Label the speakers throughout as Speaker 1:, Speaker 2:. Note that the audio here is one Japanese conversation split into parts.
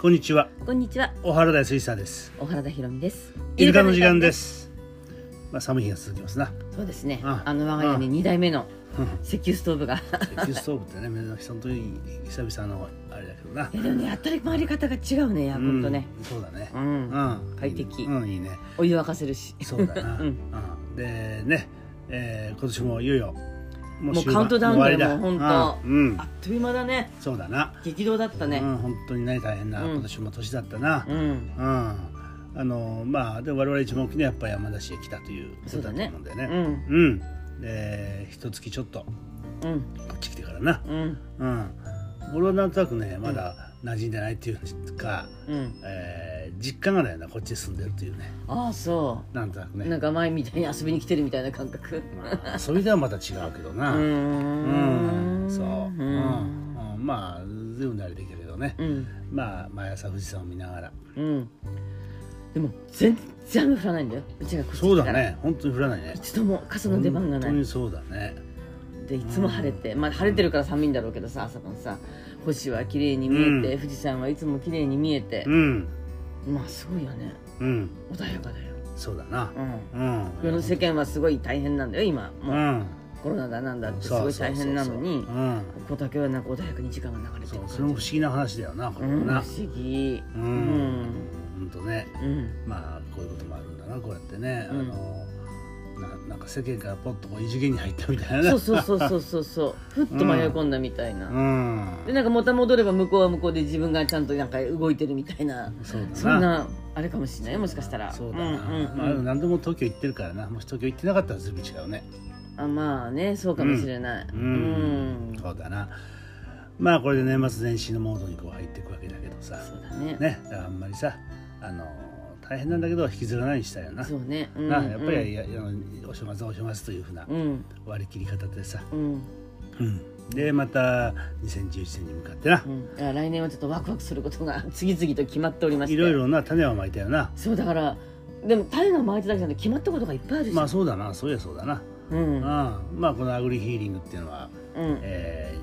Speaker 1: こんにちは
Speaker 2: こんにちは、
Speaker 1: 小原大水産です
Speaker 2: 小原田ひろみです。
Speaker 1: イルカの時間で。すまあ寒い日が続きます な
Speaker 2: そうですね。
Speaker 1: あ
Speaker 2: あの我が家に二代目の石油ストーブが。
Speaker 1: 石油ストーブってね目崎さんとい久々のあれだけどない
Speaker 2: やでもね、やったり回り方が違うね、エアコンとね。
Speaker 1: うんそうだね
Speaker 2: う、
Speaker 1: うんん
Speaker 2: 快適
Speaker 1: うんいいね
Speaker 2: お湯沸かせるし。
Speaker 1: そうだ な
Speaker 2: うん
Speaker 1: うんでねえー今年もいよいよも
Speaker 2: もう
Speaker 1: 終盤
Speaker 2: カウントダウンだよ
Speaker 1: もう終わり
Speaker 2: もう本当
Speaker 1: うんうん
Speaker 2: あっという間だね。
Speaker 1: そうだな
Speaker 2: 激動だった
Speaker 1: う
Speaker 2: ね。
Speaker 1: ん本当にね大変な
Speaker 2: うん
Speaker 1: 今年も年だったな
Speaker 2: うん。
Speaker 1: うんあのまあで我々一番大きなやっぱり山梨へ来たということだと思うんだよ
Speaker 2: う
Speaker 1: ね
Speaker 2: ん。
Speaker 1: うんで一月ちょっと
Speaker 2: うん。
Speaker 1: こっち来てからな
Speaker 2: うん。
Speaker 1: うん俺はなんとなくねまだ馴染んでないっていうか、
Speaker 2: うん。
Speaker 1: えー実家がだよなこっちに住んでるっていうね
Speaker 2: ああ、そ
Speaker 1: なんとなく
Speaker 2: う。
Speaker 1: ね
Speaker 2: なんか前みたいに遊びに来てるみたいな感覚。
Speaker 1: まあ、それではまた違うけど
Speaker 2: う
Speaker 1: なうん
Speaker 2: ん
Speaker 1: そう、うん
Speaker 2: うん。
Speaker 1: うんまあ随分慣れてきたけどね
Speaker 2: うん。
Speaker 1: まあ毎朝富士山を見ながら
Speaker 2: うん。でも、全然雨降らないんだよ。うちがこっち来てか
Speaker 1: そ
Speaker 2: ら
Speaker 1: うだ。ね本当に降らないね
Speaker 2: 一度も傘の出番がな
Speaker 1: 本当
Speaker 2: い
Speaker 1: にそうだね
Speaker 2: でいつも晴れて、まあ、晴れてるから寒いんだろうけどさ朝晩さ星は綺麗に見えて、
Speaker 1: うん
Speaker 2: 富士山はいつも綺麗に見えて
Speaker 1: う、ん
Speaker 2: まあすごいよね
Speaker 1: うん
Speaker 2: 穏やかだよ、
Speaker 1: そうだな
Speaker 2: うん、
Speaker 1: うん
Speaker 2: 世の世間はすごい大変なんだよ今
Speaker 1: う
Speaker 2: もうんコロナだなんだってす
Speaker 1: そう
Speaker 2: ごい大変なのに
Speaker 1: そうそうそううん
Speaker 2: ここだけはなんか穏やかに時間が流れて
Speaker 1: そう
Speaker 2: る感じ
Speaker 1: それも不思議な話だよなこれ
Speaker 2: う
Speaker 1: も
Speaker 2: ん不
Speaker 1: な
Speaker 2: 思議
Speaker 1: う
Speaker 2: うんん
Speaker 1: 本当ね
Speaker 2: うん
Speaker 1: まあこういうこともあるんだなこうやってね、
Speaker 2: うん
Speaker 1: あのななんか世間からポッとこう異次元に入ったみたいな
Speaker 2: そうそうそうそうそう そうふっと迷い込んだみたいな、
Speaker 1: うん
Speaker 2: でなんかまた戻れば向こうは向こうで自分がちゃんとなんか動いてるみたいな
Speaker 1: そうだな
Speaker 2: そんなあれかもしれないもしかしたら
Speaker 1: そうだな、
Speaker 2: んうん
Speaker 1: まあ、で
Speaker 2: う
Speaker 1: も
Speaker 2: ん
Speaker 1: 何でも東京行ってるからなもし東京行ってなかったらずいぶん違うね
Speaker 2: あまあねそうかもしれない
Speaker 1: うん、
Speaker 2: うん
Speaker 1: そうだなまあこれで年末年始のモードにこう入っていくわけだけどさ
Speaker 2: そうだね
Speaker 1: ねだからあんまりさあの大変なんだけど引きずらないようにしたいよな
Speaker 2: そうねうん
Speaker 1: なやっぱりや、あのお正月はお正月というふうな
Speaker 2: うん
Speaker 1: 割り切り方でさ、
Speaker 2: う
Speaker 1: う
Speaker 2: ん
Speaker 1: ん、でまた2011年に向かってな
Speaker 2: う、んいや来年はちょっとワクワクすることが次々と決まっておりまして
Speaker 1: いろいろな種はまいたよな
Speaker 2: そうだからでも種が巻いてただけじゃなくて決まったことがいっぱいあるし、
Speaker 1: まあそうだなそういやそうだな、
Speaker 2: うん
Speaker 1: うん、まあこのアグリヒーリングっていうのは、
Speaker 2: うん
Speaker 1: え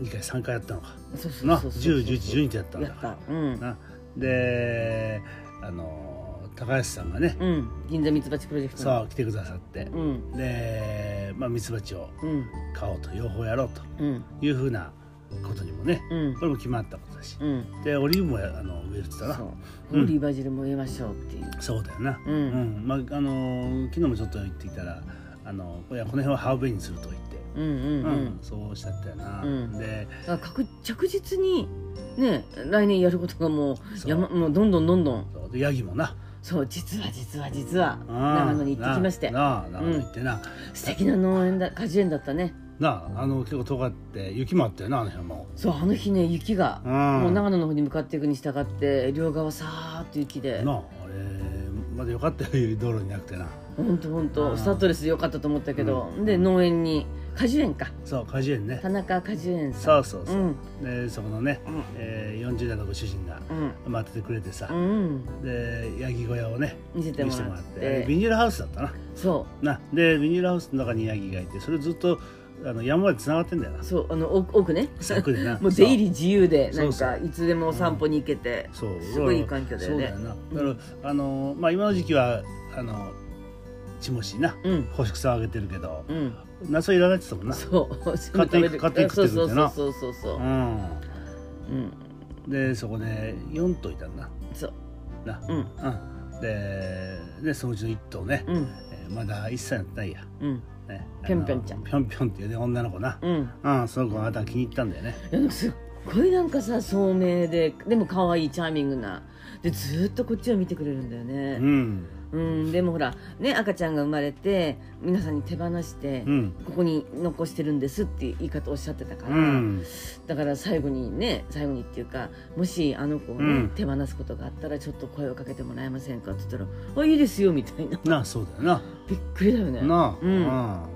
Speaker 1: 2回3回やったのか
Speaker 2: そうそう
Speaker 1: な
Speaker 2: そうそう
Speaker 1: 1011とやったん
Speaker 2: や
Speaker 1: だ
Speaker 2: っ
Speaker 1: か
Speaker 2: たうん
Speaker 1: らなであの高橋さんがね、
Speaker 2: うん銀座ミツバチプロジェクト
Speaker 1: さ
Speaker 2: の
Speaker 1: あ来てくださって、
Speaker 2: うん
Speaker 1: でまあミツバチを
Speaker 2: うん
Speaker 1: 買おうと養蜂やろうと
Speaker 2: うん
Speaker 1: いうふうなことにもね、
Speaker 2: うん
Speaker 1: これも決まったことだし、
Speaker 2: うん
Speaker 1: でオリーブもあの植えるって言ったな
Speaker 2: そう
Speaker 1: そう
Speaker 2: オリーバジルも植えましょうっていう
Speaker 1: だよな、
Speaker 2: うん
Speaker 1: うんまああの昨日もちょっと言ってきたらあのいやこの辺はハーブ園にすると言って、
Speaker 2: うんう
Speaker 1: う
Speaker 2: んうんん
Speaker 1: そうおっしゃったよな、
Speaker 2: うん
Speaker 1: で
Speaker 2: だから確着実にね来年やることがも
Speaker 1: そう
Speaker 2: う山もうどんどんどんどん
Speaker 1: そうでヤギもな
Speaker 2: そう実は実は実は
Speaker 1: うん
Speaker 2: 長野に行ってきまして
Speaker 1: なあなあ長野行ってな、
Speaker 2: 素敵な農園だ果樹園だったね
Speaker 1: なああの結構尖って雪もあったよなあの辺も、
Speaker 2: そうあの日ね雪が
Speaker 1: うん、
Speaker 2: もう
Speaker 1: な
Speaker 2: 長野の方に向かっていくに従って両側さーっと雪
Speaker 1: あ
Speaker 2: で
Speaker 1: あれまだよか ったよ道路になくてな
Speaker 2: ほんとほん
Speaker 1: う
Speaker 2: と
Speaker 1: ん
Speaker 2: スタッドレスでよかったと思ったけど
Speaker 1: うん
Speaker 2: で農園に果樹園か
Speaker 1: そう果樹園ね
Speaker 2: 田中果樹園
Speaker 1: そ
Speaker 2: さん
Speaker 1: うそうそう、
Speaker 2: うん
Speaker 1: でそこのね、
Speaker 2: うん
Speaker 1: えー、40代のご主人が
Speaker 2: うん
Speaker 1: 待っててくれてさ、
Speaker 2: うん
Speaker 1: でヤギ小屋をね
Speaker 2: 見せて
Speaker 1: 見
Speaker 2: も
Speaker 1: せても
Speaker 2: ら
Speaker 1: ら
Speaker 2: っ
Speaker 1: ってあれビ
Speaker 2: て
Speaker 1: ニールハウスだったな
Speaker 2: そ
Speaker 1: なでビニールハウスの中にヤギがいてそれずっとあの山までつながってんだよな
Speaker 2: うそうあの奥奥ね
Speaker 1: 柵でな
Speaker 2: もう出入り自由で
Speaker 1: そ
Speaker 2: な
Speaker 1: うんそう
Speaker 2: かいつでもお散歩に行けて、
Speaker 1: そう
Speaker 2: すごいいい環境だよね
Speaker 1: そうだよなだからあのまあ今の時期はあのちもしな
Speaker 2: うん
Speaker 1: 干し草をあげてるけど
Speaker 2: うん
Speaker 1: 夏はいらないって言ってたもんな
Speaker 2: そう
Speaker 1: 勝手に勝手に食ってく
Speaker 2: そ
Speaker 1: れ
Speaker 2: う
Speaker 1: て
Speaker 2: そ
Speaker 1: な
Speaker 2: うそうそうそううん
Speaker 1: うんでそこで4頭いたんだ
Speaker 2: そう
Speaker 1: な
Speaker 2: うん
Speaker 1: うんででそのうちの1頭ね、
Speaker 2: うん
Speaker 1: えーまだ1歳になってないや
Speaker 2: うん
Speaker 1: ね
Speaker 2: ぴょんぴょんちゃん
Speaker 1: あのぴょんぴょんっていうね女の子な
Speaker 2: うん
Speaker 1: うんその子があなたが気に入ったんだよね
Speaker 2: いやでもすっごいなんかさ聡明ででも可愛いチャーミングなでずーっとこっちを見てくれるんだよ
Speaker 1: う
Speaker 2: ね
Speaker 1: ん
Speaker 2: うん、でもほらね赤ちゃんが生まれて皆さんに手放して、
Speaker 1: うん
Speaker 2: ここに残してるんですっていう言い方おっしゃってたか
Speaker 1: う
Speaker 2: ら、
Speaker 1: ん
Speaker 2: だから最後にね最後にっていうかもしあの子を、ね
Speaker 1: うん
Speaker 2: 手放すことがあったらちょっと声をかけてもらえませんかって言ったら「あいいですよ」みたいな
Speaker 1: なあそうだよな
Speaker 2: びっくりだよね
Speaker 1: なあ、
Speaker 2: うん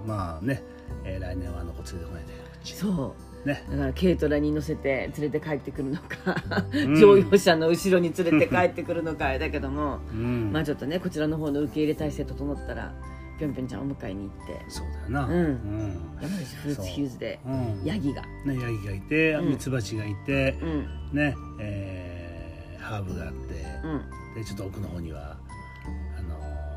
Speaker 1: まあね、えー来年はあの子連れてこないで
Speaker 2: そ
Speaker 1: ね
Speaker 2: うだから軽トラに乗せて連れて帰ってくるのか、
Speaker 1: うん
Speaker 2: 乗用車の後ろに連れて帰ってくるのかあれだけども
Speaker 1: うん
Speaker 2: まあちょっとねこちらの方の受け入れ体制整ったらぴょんぴょんちゃんお迎えに行って
Speaker 1: そうだよな
Speaker 2: うん
Speaker 1: うん
Speaker 2: 山口フルーツヒューズで
Speaker 1: うん
Speaker 2: ヤギが
Speaker 1: ねヤギがいて
Speaker 2: うん
Speaker 1: ミツバチがいて
Speaker 2: う、ん
Speaker 1: ねえーハーブがあって
Speaker 2: うん
Speaker 1: でちょっと奥の方にはあ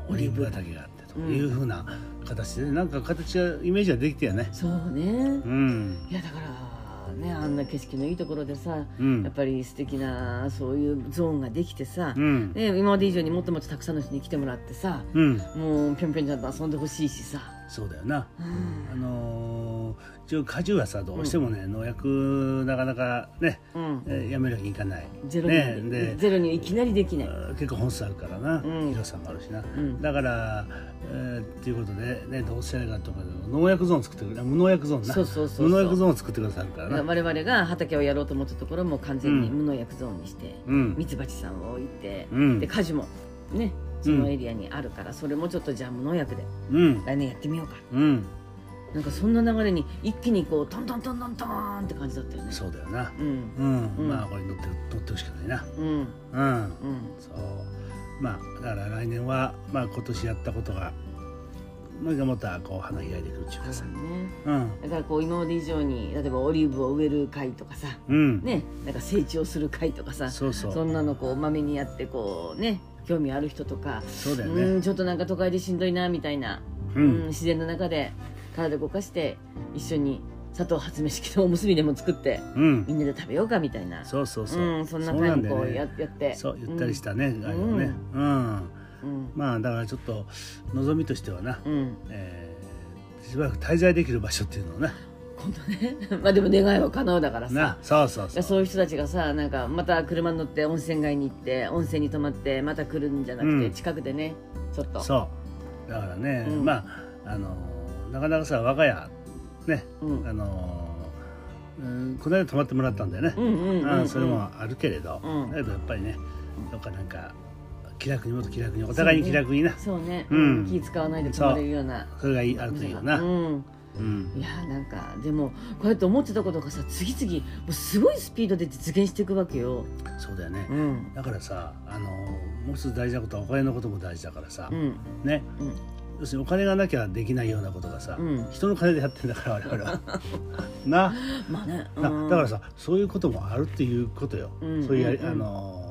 Speaker 1: のオリーブ畑があってというふうな形で、なんか形がイメージはできてよね
Speaker 2: そうね
Speaker 1: うん
Speaker 2: いやだからねあんな景色のいいところでさ
Speaker 1: うん
Speaker 2: やっぱり素敵なそういうゾーンができてさ、
Speaker 1: うん
Speaker 2: ね、今まで以上にもっともっとたくさんの人に来てもらってさ
Speaker 1: うん
Speaker 2: もうぴょんぴょんちゃんと遊んでほしいしさ、
Speaker 1: そうだよな
Speaker 2: うん
Speaker 1: あのー一応果汁はさどうしてもね、農薬なかなかね、
Speaker 2: うん
Speaker 1: えーやめるわけにいかない
Speaker 2: ゼロに、
Speaker 1: ねで
Speaker 2: ゼロにいきなりできない、
Speaker 1: あー結構本数あるからな、
Speaker 2: うん
Speaker 1: 広さもあるしな、
Speaker 2: ん
Speaker 1: だから、えーっていうことでねどうせやるかとか農薬ゾーン作ってくれ無農薬ゾーンな
Speaker 2: そうそうそうそう
Speaker 1: 無農薬ゾーンを作ってくださるからな、
Speaker 2: 我々が畑をやろうと思ったところも完全に
Speaker 1: うん
Speaker 2: 無農薬ゾーンにして、
Speaker 1: うん
Speaker 2: ミツバチさんを置いて、
Speaker 1: うん
Speaker 2: で果樹もねそのエリアにあるから、それもちょっとじゃあ無農薬で
Speaker 1: うん
Speaker 2: 来年やってみようか
Speaker 1: うん
Speaker 2: なんかそんな流れに一気にこうトントントントントーンって感じだったよね
Speaker 1: そうだよな
Speaker 2: うん
Speaker 1: うん、
Speaker 2: うん
Speaker 1: まあこれに乗って乗ってほしくないな
Speaker 2: うん
Speaker 1: うん
Speaker 2: うん
Speaker 1: そうまあだから来年は、まあ、今年やったことがなんかまたこう花開いてくるっちゅうか
Speaker 2: 確
Speaker 1: さ
Speaker 2: かにね
Speaker 1: うん
Speaker 2: だからこう今まで以上に例えばオリーブを植える会とかさ
Speaker 1: うん
Speaker 2: ねなんか成長する会とかさ
Speaker 1: そうそう
Speaker 2: そんなのこうまめにやってこうね興味ある人とか
Speaker 1: そうだよ
Speaker 2: う
Speaker 1: ね
Speaker 2: んちょっとなんか都会でしんどいなみたいな、
Speaker 1: う
Speaker 2: うん
Speaker 1: ん
Speaker 2: 自然の中で体動かして一緒に砂糖発明式のおむすびでも作って
Speaker 1: うん
Speaker 2: みんなで食べようかみたいな
Speaker 1: そうそうそう、
Speaker 2: うん、そんな
Speaker 1: うな
Speaker 2: 会
Speaker 1: ん
Speaker 2: も
Speaker 1: だ
Speaker 2: こ
Speaker 1: よ
Speaker 2: う
Speaker 1: ね
Speaker 2: や,、やって、
Speaker 1: そうゆったりしたたね、あれもねうん
Speaker 2: うん
Speaker 1: まあだからちょっと望みとしてはな、
Speaker 2: うん、
Speaker 1: えーしばらく滞在できる場所っていうのをな
Speaker 2: 今度ね まあでも願いは叶うだからさ
Speaker 1: なそうそう
Speaker 2: い
Speaker 1: そ
Speaker 2: や
Speaker 1: う
Speaker 2: そういう人たちがさなんかまた車に乗って温泉街に行って温泉に泊まってまた来るんじゃなくて、
Speaker 1: うん
Speaker 2: 近くでねちょっと
Speaker 1: そうだからね、
Speaker 2: うん
Speaker 1: まああのーなかなかさ我が家ね
Speaker 2: う、ん、
Speaker 1: あのーうんこの間泊まってもらったんだよね、
Speaker 2: うんうんうん、う、
Speaker 1: うんん、それもあるけれど、
Speaker 2: うん
Speaker 1: だけどやっぱりねどっかなんか気楽にもっと気楽にお互いに気楽になそ,、
Speaker 2: そうね、
Speaker 1: うん
Speaker 2: 気使わないで泊まれるような
Speaker 1: れがいいあるといいよな、うん
Speaker 2: うん、いやなんかでもこうやって思ってたことがさ次々もうすごいスピードで実現していくわけよ、
Speaker 1: そうだよね、
Speaker 2: うん
Speaker 1: だからさあのーもう一つ大事なことはお金のことも大事だからさ、
Speaker 2: うん
Speaker 1: ね
Speaker 2: うん
Speaker 1: 要するにお金がなきゃできないようなことがさ、
Speaker 2: うん
Speaker 1: 人の金でやってんだから我々 はな
Speaker 2: まあね、う、
Speaker 1: なんだからさそういうこともあるっていうことよ、
Speaker 2: うん
Speaker 1: そういうやり,、
Speaker 2: うん
Speaker 1: あのー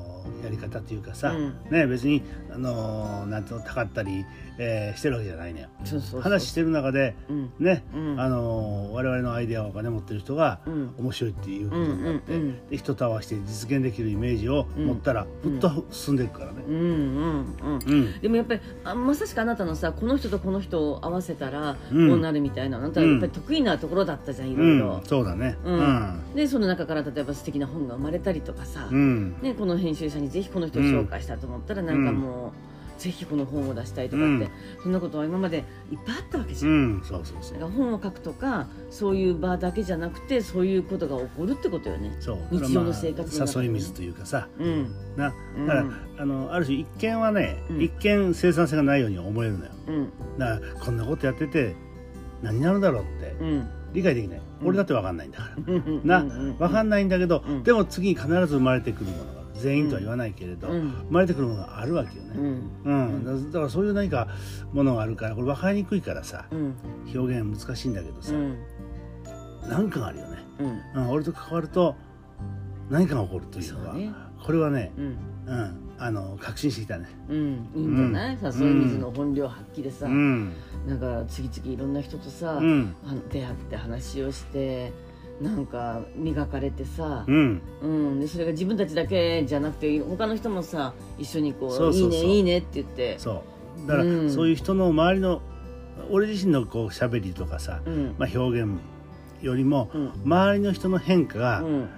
Speaker 1: やり方っていうかさ、
Speaker 2: うん
Speaker 1: ね別にあのーなんとたかったり、えーしてるわけじゃないのよ
Speaker 2: そうそうそう
Speaker 1: 話してる中で
Speaker 2: うん
Speaker 1: ね、
Speaker 2: うん
Speaker 1: あのー我々のアイデアをお金持ってる人が
Speaker 2: うん
Speaker 1: 面白いっていうことになって、
Speaker 2: うんうんうん
Speaker 1: で人と合わせて実現できるイメージを持ったら、
Speaker 2: うん
Speaker 1: ふっと進んでいくからね
Speaker 2: うんうんうん
Speaker 1: うん
Speaker 2: でもやっぱりあまさしくあなたのさこの人とこの人を合わせたらこ
Speaker 1: うん
Speaker 2: うなるみたいな、あなたはやっぱり得意なところだったじゃんいろいろ、
Speaker 1: うん、そうだね
Speaker 2: うんでその中から例えば素敵な本が生まれたりとかさ、
Speaker 1: うん
Speaker 2: ね、この編集者にぜひこの人を紹介したと思ったら、なんかもう、ぜひこの本を出したいとかって、
Speaker 1: うん
Speaker 2: そんなことは今までいっぱいあったわけじ
Speaker 1: う
Speaker 2: ゃん。
Speaker 1: ん、そうそうそう
Speaker 2: だから本を書くとかそういう場だけじゃなくてそういうことが起こるってことよね。
Speaker 1: そう
Speaker 2: 日常の生活の
Speaker 1: ま
Speaker 2: 中でね
Speaker 1: あ誘い水というかさ
Speaker 2: うん
Speaker 1: な
Speaker 2: うん
Speaker 1: だから、あのある種一見はね、
Speaker 2: うん
Speaker 1: 一見生産性がないように思えるのよ
Speaker 2: うん
Speaker 1: だからこんなことやってて何になるだろうって
Speaker 2: うん
Speaker 1: 理解できない、
Speaker 2: うん
Speaker 1: 俺だって分かんないんだから、
Speaker 2: うんうん
Speaker 1: な
Speaker 2: うんうん
Speaker 1: 分かんないんだけど、
Speaker 2: うん
Speaker 1: でも次に必ず生まれてくるものがある全員とは言わないけれど、
Speaker 2: うん
Speaker 1: 生まれてくるものがあるわけよね、
Speaker 2: うん
Speaker 1: うんだだからそういう何かものがあるからこれ分かりにくいからさ
Speaker 2: うん
Speaker 1: 表現難しいんだけどさ、
Speaker 2: うん
Speaker 1: なんかがあるよね、
Speaker 2: うん
Speaker 1: うん、俺と関わると何かが起こるというのは
Speaker 2: そうね
Speaker 1: これはね、
Speaker 2: うん
Speaker 1: うん、あの確信してきたね。
Speaker 2: うん、いいんじゃない、さそういう水の本領発揮でさ、
Speaker 1: うん、
Speaker 2: なんか次々いろんな人とさ、
Speaker 1: うん、
Speaker 2: あの出会って話をしてなんか磨かれてさ
Speaker 1: う、ん、
Speaker 2: うんでそれが自分たちだけじゃなくて他の人もさ一緒にこう
Speaker 1: そうそうそう
Speaker 2: いいねいいね」って言って
Speaker 1: そう。だから、
Speaker 2: うん
Speaker 1: そういう人の周りの俺自身のこう喋りとかさ、
Speaker 2: うん
Speaker 1: まあ表現よりも、
Speaker 2: うん
Speaker 1: 周りの人の変化が、
Speaker 2: うん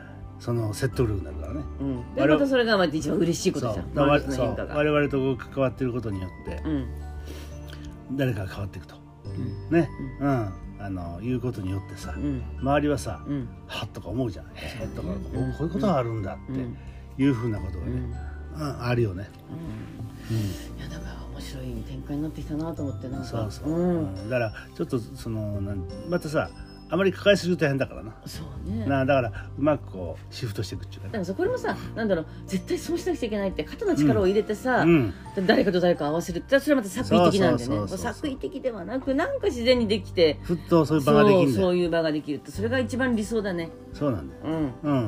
Speaker 1: その説得力になるからね。
Speaker 2: うん、で
Speaker 1: 我々
Speaker 2: またそれがまた一番嬉しいことじゃん
Speaker 1: だから
Speaker 2: 周りの変化
Speaker 1: そ
Speaker 2: が
Speaker 1: う我々とこう関わってることによって
Speaker 2: うん
Speaker 1: 誰かが変わっていくと
Speaker 2: うん
Speaker 1: ね、うん、あのいうことによってさ、
Speaker 2: うん
Speaker 1: 周りはさ、
Speaker 2: うん
Speaker 1: はっとか思うじゃん。へえとか、
Speaker 2: うん
Speaker 1: こうこういうことがあるんだ
Speaker 2: うんうん
Speaker 1: っていうふうなことがね、うんあるよね。
Speaker 2: いやだから面白い展開になってきたなと思ってなんか
Speaker 1: そうそう、
Speaker 2: うん
Speaker 1: だからちょっとそのなんまたさあまり抱えすぎると大変だからな
Speaker 2: そうね
Speaker 1: なだからうまくこうシフトしていくっていうか
Speaker 2: な
Speaker 1: ね
Speaker 2: んかさこれもさなんだろう絶対そうしなくちゃいけないって肩の力を入れてさ、
Speaker 1: うん
Speaker 2: 誰かと誰か合わせるってそれはまた作為的なんでね
Speaker 1: そうそうそうそう
Speaker 2: 作為的ではなくなんか自然にできて
Speaker 1: ふっとそういう場ができるんだよ
Speaker 2: そう
Speaker 1: そ
Speaker 2: そうういう場ができるってそれが一番理想だね
Speaker 1: なんだよ
Speaker 2: うん
Speaker 1: うん
Speaker 2: う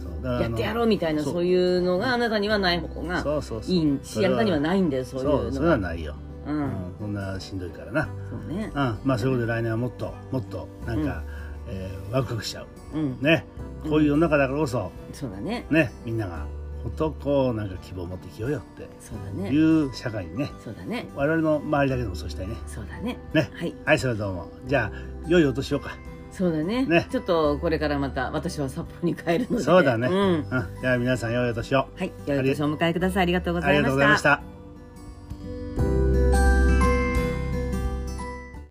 Speaker 2: ん
Speaker 1: そうだから
Speaker 2: や
Speaker 1: あ
Speaker 2: っ
Speaker 1: の
Speaker 2: てやろうみたいなそういうのがあなたにはない方が
Speaker 1: そうそうそう
Speaker 2: いいしあなたにはないんだよ
Speaker 1: そ
Speaker 2: そ
Speaker 1: うう
Speaker 2: い
Speaker 1: そうう
Speaker 2: の
Speaker 1: そ
Speaker 2: が
Speaker 1: れはないよ、
Speaker 2: う
Speaker 1: うん
Speaker 2: ん
Speaker 1: そんなしんどいからな
Speaker 2: そうね
Speaker 1: うんまあそういうことで来年はもっともっとなんか、えーワクワクしちゃう
Speaker 2: うん
Speaker 1: ねこういう世の中だからこそ
Speaker 2: そうだね
Speaker 1: ねみんながもっとこうなんか希望を持って生きようよっ
Speaker 2: そうだ
Speaker 1: て
Speaker 2: ね
Speaker 1: いう社会にね
Speaker 2: そうだね
Speaker 1: 我々の周りだけでもそうしたいね
Speaker 2: そうだね
Speaker 1: ね
Speaker 2: はい
Speaker 1: はいそれではどうもじゃあ良いお年をか、
Speaker 2: そうだね
Speaker 1: ね
Speaker 2: ちょっとこれからまた私は札幌に帰るので
Speaker 1: そうだね
Speaker 2: ん
Speaker 1: うん、じゃあ皆さん良いお年を
Speaker 2: はい良いお年をお迎えくださいありがとうご
Speaker 1: あ
Speaker 2: ざ
Speaker 1: り
Speaker 2: い
Speaker 1: が
Speaker 2: ま
Speaker 1: とうご
Speaker 2: し
Speaker 1: ざい
Speaker 2: た
Speaker 1: ました